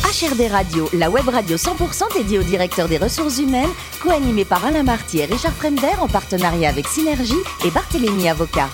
Franchir des radios, la web radio 100% dédiée au directeur des ressources humaines, co-animée par Alain Marty et Richard Fremder en partenariat avec Synergie et Barthélémy Avocat.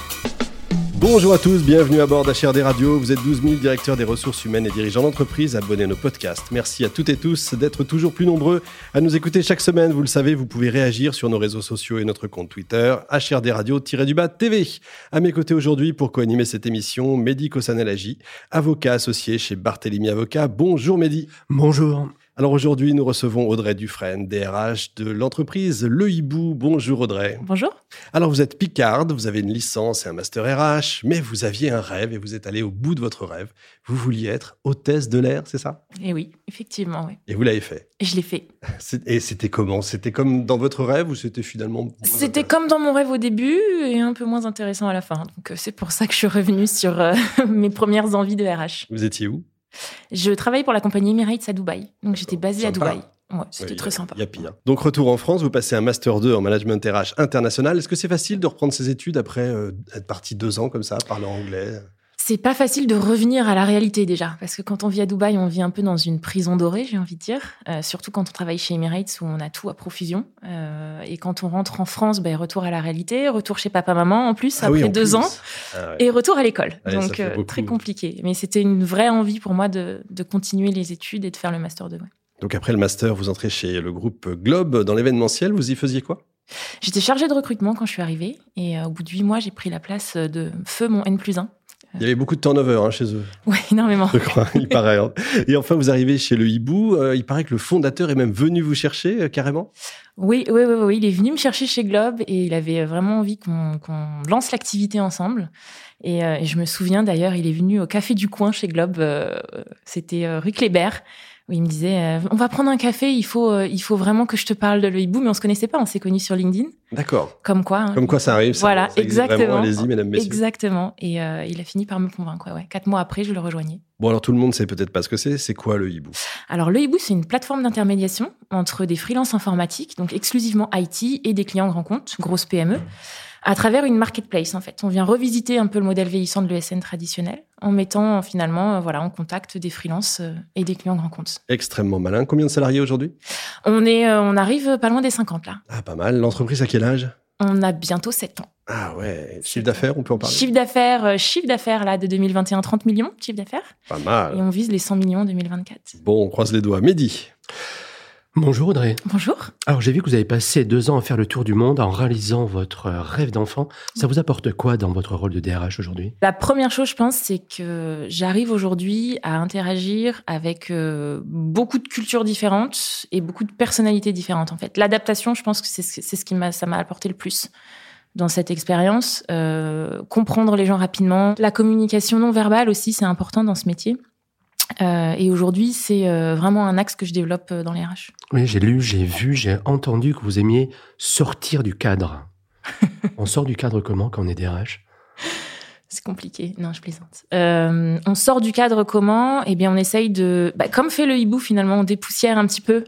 Bonjour à tous, bienvenue à bord d'HRD Radio. Vous êtes 12 000 directeurs des ressources humaines et dirigeants d'entreprise. Abonnez nos podcasts. Merci à toutes et tous d'être toujours plus nombreux à nous écouter chaque semaine. Vous le savez, vous pouvez réagir sur nos réseaux sociaux et notre compte Twitter, HRD Radio-du-Bas TV. À mes côtés aujourd'hui pour co-animer cette émission, Mehdi Kossanelagi, avocat associé chez Barthélémy Avocat. Bonjour Mehdi. Bonjour. Alors aujourd'hui, nous recevons Audrey Dufresne, DRH de l'entreprise Le Hibou. Bonjour Audrey. Bonjour. Alors vous êtes Picarde, vous avez une licence et un master RH, mais vous aviez un rêve et vous êtes allé au bout de votre rêve. Vous vouliez être hôtesse de l'air, c'est ça Et Eh oui, effectivement. Oui. Et vous l'avez fait. Et je l'ai fait. C'est- Et c'était comment C'était comme dans votre rêve ou c'était finalement moins C'était intéressant comme dans mon rêve au début et un peu moins intéressant à la fin. Donc euh, c'est pour ça que je suis revenue sur euh, mes premières envies de RH. Vous étiez où Je travaille pour la compagnie Emirates à Dubaï. Donc j'étais basée à Sympa. Dubaï. Ouais, c'était Oui, très y a- sympa. Il y a pire. Donc retour en France, vous passez un master 2 en management RH international. Est-ce que c'est facile de reprendre ses études après euh, être parti deux ans comme ça, parler anglais C'est pas facile de revenir à la réalité déjà, parce que quand on vit à Dubaï, on vit un peu dans une prison dorée, j'ai envie de dire. Euh, surtout quand on travaille chez Emirates où on a tout à profusion. Euh, et quand on rentre en France, ben, retour à la réalité, retour chez papa-maman en plus, Ah après oui, en deux plus. ans. Ah ouais. Et retour à l'école. Ouais, ça Donc, fait euh, beaucoup. très compliqué. Mais c'était une vraie envie pour moi de, de continuer les études et de faire le Master 2. ouais. Donc après le master, vous entrez chez le groupe Globe dans l'événementiel. Vous y faisiez quoi J'étais chargée de recrutement quand je suis arrivée. Et euh, au bout de huit mois, j'ai pris la place de Feu, mon N plus 1. Il y avait beaucoup de turnover hein, chez eux, Ouais, énormément. je crois, il paraît. hein. Et enfin, vous arrivez chez le Hibou. euh, il paraît que le fondateur est même venu vous chercher euh, carrément. Oui, oui, oui, oui, il est venu me chercher chez Globe et il avait vraiment envie qu'on qu'on lance l'activité ensemble. Et, euh, et je me souviens d'ailleurs, il est venu au café du coin chez Globe, euh, c'était euh, rue Kléber, où il me disait euh, on va prendre un café, il faut, euh, il faut vraiment que je te parle de le hibou, mais on se connaissait pas, on s'est connus sur LinkedIn, D'accord. comme quoi. hein. Comme quoi ça arrive. ça- Voilà, ça existe vraiment. exactement. Allez-y, mesdames, messieurs. Exactement. Et euh, il a fini par me convaincre. ouais, ouais. Quatre mois après, je le rejoignais. Bon, alors tout le monde sait peut-être pas ce que c'est. C'est quoi le Hibou Alors, le Hibou, c'est une plateforme d'intermédiation entre des freelances informatiques, donc exclusivement IT, et des clients grands comptes, grosses PME, à travers une marketplace, en fait. On vient revisiter un peu le modèle vieillissant de l'ESN traditionnel en mettant euh, finalement euh, voilà, en contact des freelances euh, et des clients grands comptes. Extrêmement malin. Combien de salariés aujourd'hui On, est, euh, on arrive pas loin des 50 là. Ah, pas mal. L'entreprise à quel âge On a bientôt 7 ans. Ah ouais. Chiffre d'affaires, on peut en parler. Chiffre d'affaires, euh, chiffre d'affaires là de 2021, 30 millions, de chiffre d'affaires. Pas Et mal. on vise les 100 millions en 2024. Bon, on croise les doigts. Mehdi. Bonjour Audrey. Bonjour. Alors j'ai vu que vous avez passé deux ans à faire le tour du monde en réalisant votre euh, rêve d'enfant. Ça vous apporte quoi dans votre rôle de DRH aujourd'hui La première chose, je pense, c'est que j'arrive aujourd'hui à interagir avec euh, beaucoup de cultures différentes et beaucoup de personnalités différentes. En fait, l'adaptation, je pense que c'est ce c'est ce qui m'a, ça m'a apporté le plus dans cette expérience. Euh, comprendre les gens rapidement, la communication non verbale aussi, c'est important dans ce métier. Euh, et aujourd'hui, c'est euh, vraiment un axe que je développe euh, dans les RH. Oui, j'ai lu, j'ai vu, j'ai entendu que vous aimiez sortir du cadre. on sort du cadre comment quand on est DRH C'est compliqué. Non, je plaisante. Euh, on sort du cadre comment Eh bien, on essaye de, bah, comme fait le hibou finalement, on dépoussière un petit peu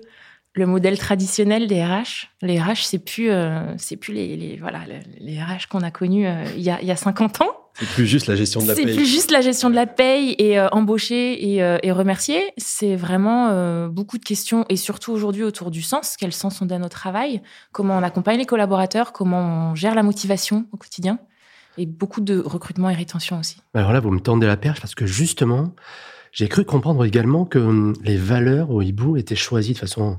le modèle traditionnel des RH. Les RH, c'est plus, euh, c'est plus les, les- voilà, le- les RH qu'on a connus euh, il y, a, il y a 50 ans. C'est plus juste la gestion de la C'est paye. plus juste la gestion de la paye et euh, embaucher et, euh, et remercier. C'est vraiment euh, beaucoup de questions et surtout aujourd'hui autour du sens. Quel sens on donne au travail Comment on accompagne les collaborateurs Comment on gère la motivation au quotidien Et beaucoup de recrutement et rétention aussi. Ben Alors là, vous me tendez la perche parce que justement, j'ai cru comprendre également que hum, les valeurs au hibou étaient choisies de façon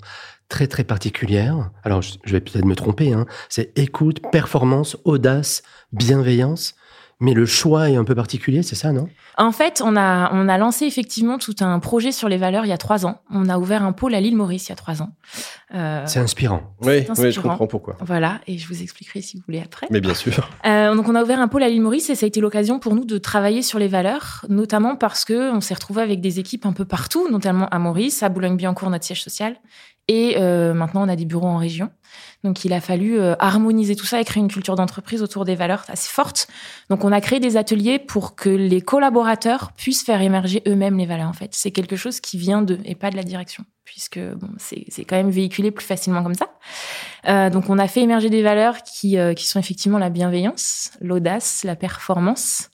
très très particulière. Alors je je vais peut-être me tromper, hein. c'est écoute, performance, audace, bienveillance. Mais le choix est un peu particulier, c'est ça, non En fait, on a, on a lancé effectivement tout un projet sur les valeurs il y a trois ans. On a ouvert un pôle à l'île Maurice il y a trois ans. Euh, C'est inspirant. Oui, oui, je inspirant. comprends pourquoi. voilà, et je vous expliquerai si vous voulez après. Mais bien sûr. Euh, donc on a ouvert un pôle à l'île Maurice et ça a été l'occasion pour nous de travailler sur les valeurs, notamment parce que on s'est retrouvé avec des équipes un peu partout, notamment à Maurice, à Boulogne-Billancourt, notre siège social, et euh, maintenant on a des bureaux en région. Donc il a fallu euh, harmoniser tout ça et créer une culture d'entreprise autour des valeurs assez fortes. Donc on a créé des ateliers pour que les collaborateurs puissent faire émerger eux-mêmes les valeurs. En fait, c'est quelque chose qui vient d'eux et pas de la direction, puisque bon, c'est c'est quand même véhiculé plus facilement comme ça. Euh, donc on a fait émerger des valeurs qui, euh, qui sont effectivement la bienveillance, l'audace, la performance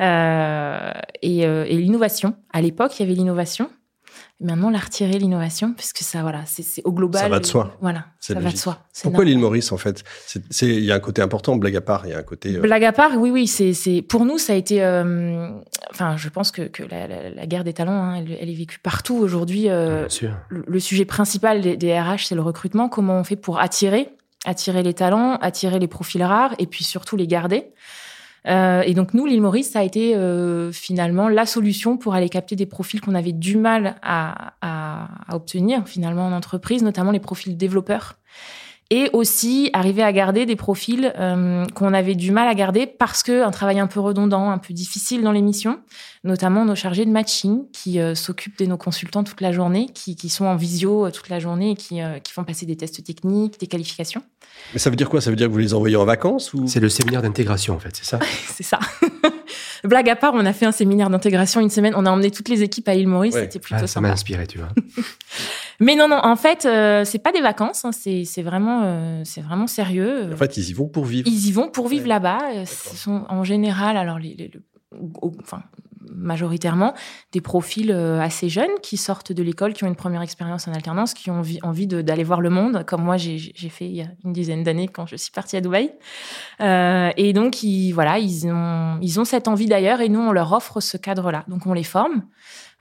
euh, et, euh, et l'innovation. À l'époque, il y avait l'innovation. Maintenant, la retirer, l'innovation, parce que ça, voilà, c'est c'est au global. Ça va de soi. Voilà, C'est ça va de logique. soi. C'est Pourquoi normal. l'île Maurice, en fait C'est- c'est- Il y a un côté important, blague à part, il y a un côté... euh, Blague à part, oui, oui, c'est, c'est pour nous, ça a été. euh, Enfin, je pense que, que la, la- la guerre des talents, hein, elle, elle est vécue partout aujourd'hui. euh, Bien sûr. le le sujet principal des, des RH, c'est le recrutement. Comment on fait pour attirer, attirer les talents, attirer les profils rares et puis surtout les garder. Euh, et donc nous, l'île Maurice, ça a été euh, finalement la solution pour aller capter des profils qu'on avait du mal à, à- à obtenir finalement en entreprise, notamment les profils développeurs. Et aussi arriver à garder des profils euh, qu'on avait du mal à garder parce que un travail un peu redondant, un peu difficile dans les missions notamment nos chargés de matching qui euh, s'occupent de nos consultants toute la journée, qui, qui sont en visio euh, toute la journée et qui, euh, qui font passer des tests techniques, des qualifications. Mais ça veut dire quoi Ça veut dire que vous les envoyez en vacances ou... C'est le séminaire d'intégration, en fait, c'est ça C'est ça. Blague à part, on a fait un séminaire d'intégration une semaine. On a emmené toutes les équipes à île Maurice. Ouais. C'était plutôt Ah, Ça m'a sympa. inspiré, tu vois. Mais non, non, en fait, euh, c'est pas des vacances. hein, c'est c'est vraiment, euh, c'est vraiment sérieux. En fait, ils y vont pour vivre. Ils y vont pour vivre Ouais. là-bas. Euh, Ce sont en général, alors les, les- le- au- enfin, majoritairement, des profils euh, assez jeunes qui sortent de l'école, qui ont une première expérience en alternance, qui ont envie, envie de- d'aller voir le monde, comme moi j'ai- j'ai j'ai fait il y a une dizaine d'années quand je suis partie à Dubaï. Euh, et donc, ils, voilà, ils ont, ils ont cette envie d'ailleurs et nous, on leur offre ce cadre-là. Donc, on les forme.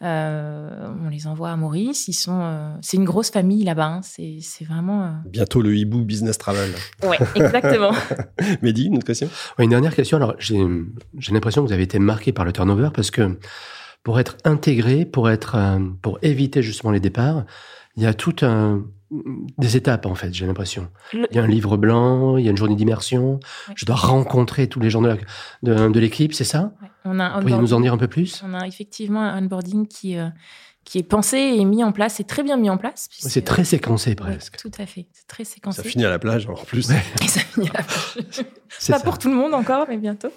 euh, on les envoie à Maurice. Ils sont, euh, c'est une grosse famille là-bas. hein. C'est c'est vraiment. euh, Bientôt le hibou business travel. Ouais, exactement. Mehdi, une autre question Ouais, une dernière question. Alors, j'ai j'ai l'impression que vous avez été marqué par le turnover parce que pour être intégré, pour, être, euh, pour éviter justement les départs, il y a tout un des étapes en fait j'ai l'impression Le- il y a un livre blanc il y a une journée d'immersion Ouais. je dois rencontrer tous les gens de la- de de l'équipe c'est ça Ouais, on a un Vous pourriez nous en dire un peu plus On a effectivement un onboarding qui, euh, qui est pensé et mis en place, et très bien mis en place. puisque- c'est très séquencé Ouais, presque tout à fait, c'est très Ça séquencé. finit à la plage, en plus. Ouais, Et ça finit à la page. c'est ça. Pas Bah, pour tout le monde encore, mais bientôt.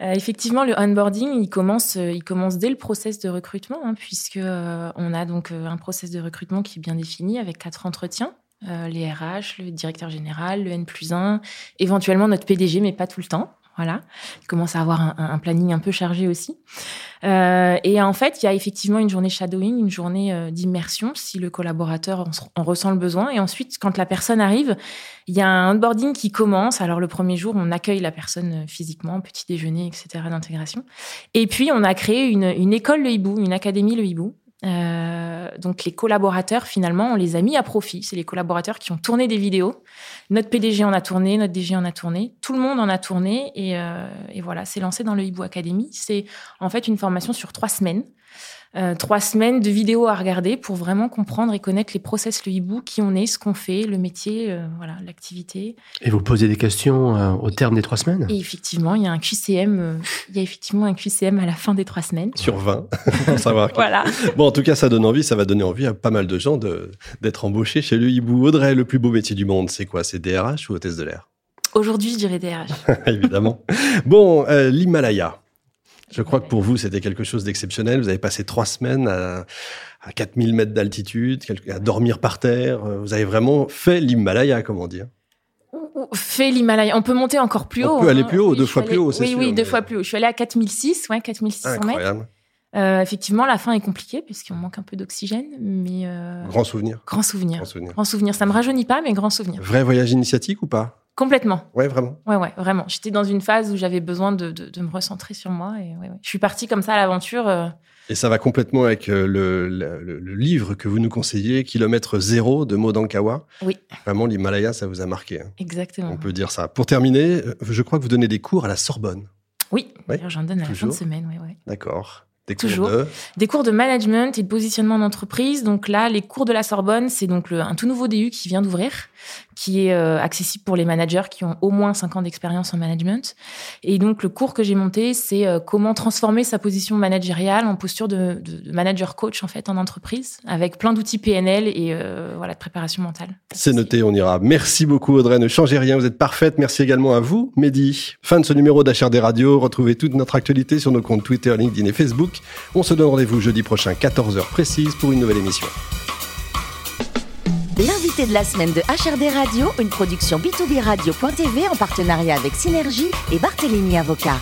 Euh, effectivement, le onboarding, il commence, euh, il commence dès le process de recrutement, hein, puisque euh, on a donc euh, un process de recrutement qui est bien défini avec quatre entretiens. Euh, les RH, le directeur général, le N plus 1, éventuellement notre PDG, mais pas tout le temps. Voilà, il commence à avoir un, un- un planning un peu chargé aussi. Euh, et en fait, il y a effectivement une journée shadowing, une journée euh, d'immersion, si le collaborateur en, s- en ressent le besoin. Et ensuite, quand la personne arrive, il y a un onboarding qui commence. Alors, le premier jour, on accueille la personne euh, physiquement, petit déjeuner, etc., d'intégration. Et puis, on a créé une, une école le hibou, une académie le hibou. Euh, donc, les collaborateurs, finalement, on les a mis à profit. C'est les collaborateurs qui ont tourné des vidéos. Notre PDG en a tourné, notre DG en a tourné, tout le monde en a tourné. Et, euh, et voilà, c'est lancé dans le hibou académie. C'est en fait une formation sur trois semaines. Euh, trois semaines de vidéos à regarder pour vraiment comprendre et connaître les process le hibou, qui on est, ce qu'on fait, le métier, euh, voilà, l'activité. et vous posez des questions euh, au terme des trois semaines Et effectivement, il y a un QCM, euh, il y a effectivement un QCM à la fin des trois semaines. Sur 20, pour savoir. qui. Voilà. Bon, en tout cas, ça donne envie, ça va donner envie à pas mal de gens de- d'être embauchés chez le hibou. Audrey, le plus beau métier du monde, c'est quoi C'est DRH ou hôtesse de l'air Aujourd'hui, je dirais DRH. Évidemment. Bon, euh, l'Himalaya. Je crois que pour vous, c'était quelque chose d'exceptionnel. Vous avez passé trois semaines à, à 4000 mètres d'altitude, quel- à dormir par terre. Euh, Vous avez vraiment fait l'Himalaya, comment dire. Ou- ou Fait l'Himalaya. On peut monter encore plus On haut. hein. peut aller plus haut, Oui, deux je suis fois plus allée- haut, c'est Oui, sûr, oui, deux mais- fois plus haut. Je suis allée à 4006, ouais, 4600 mètres. Incroyable. Euh, effectivement, la fin est compliquée puisqu'on manque un peu d'oxygène, mais euh, Grand souvenir. grand souvenir. Grand souvenir. Grand souvenir. Ça me rajeunit pas, mais grand souvenir. Vrai voyage initiatique ou pas Complètement. Ouais, vraiment. Ouais, ouais, vraiment. J'étais dans une phase où j'avais besoin de, de, de me recentrer sur moi. Et ouais, ouais. Je suis partie comme ça à l'aventure. euh, Et ça va complètement avec euh, le, le- le- le livre que vous nous conseillez, Kilomètre zéro de Modankawa. Oui. Mhm. Vraiment, l'Himalaya, ça vous a marqué. hein. exactement. On peut dire ça. Pour terminer, euh, je crois que vous donnez des cours à la Sorbonne. Oui, Ouais. d'ailleurs, j'en donne à la fin de Toujours. semaine. Ouais, ouais. D'accord. Des cours Toujours. de- Des cours de management et de positionnement d'entreprise. Donc là, les cours de la Sorbonne, c'est donc le, un tout nouveau DU qui vient d'ouvrir, qui est euh, accessible pour les managers qui ont au moins 5 ans d'expérience en management. Et donc, le cours que j'ai monté, c'est euh, comment transformer sa position managériale en posture de, de- de manager coach, en fait, en entreprise, avec plein d'outils PNL et euh, voilà, de préparation mentale. C'est noté, on ira. Merci beaucoup Audrey, ne changez rien, vous êtes parfaite. Merci également à vous, Mehdi. Fin de ce numéro d'HRD Radio, retrouvez toute notre actualité sur nos comptes Twitter, LinkedIn et Facebook. On se donne rendez-vous jeudi prochain, 14h précise, pour une nouvelle émission. L'invité de la semaine de HRD Radio, une production b2b radio.tv en partenariat avec Synergie et Barthélémy Avocat.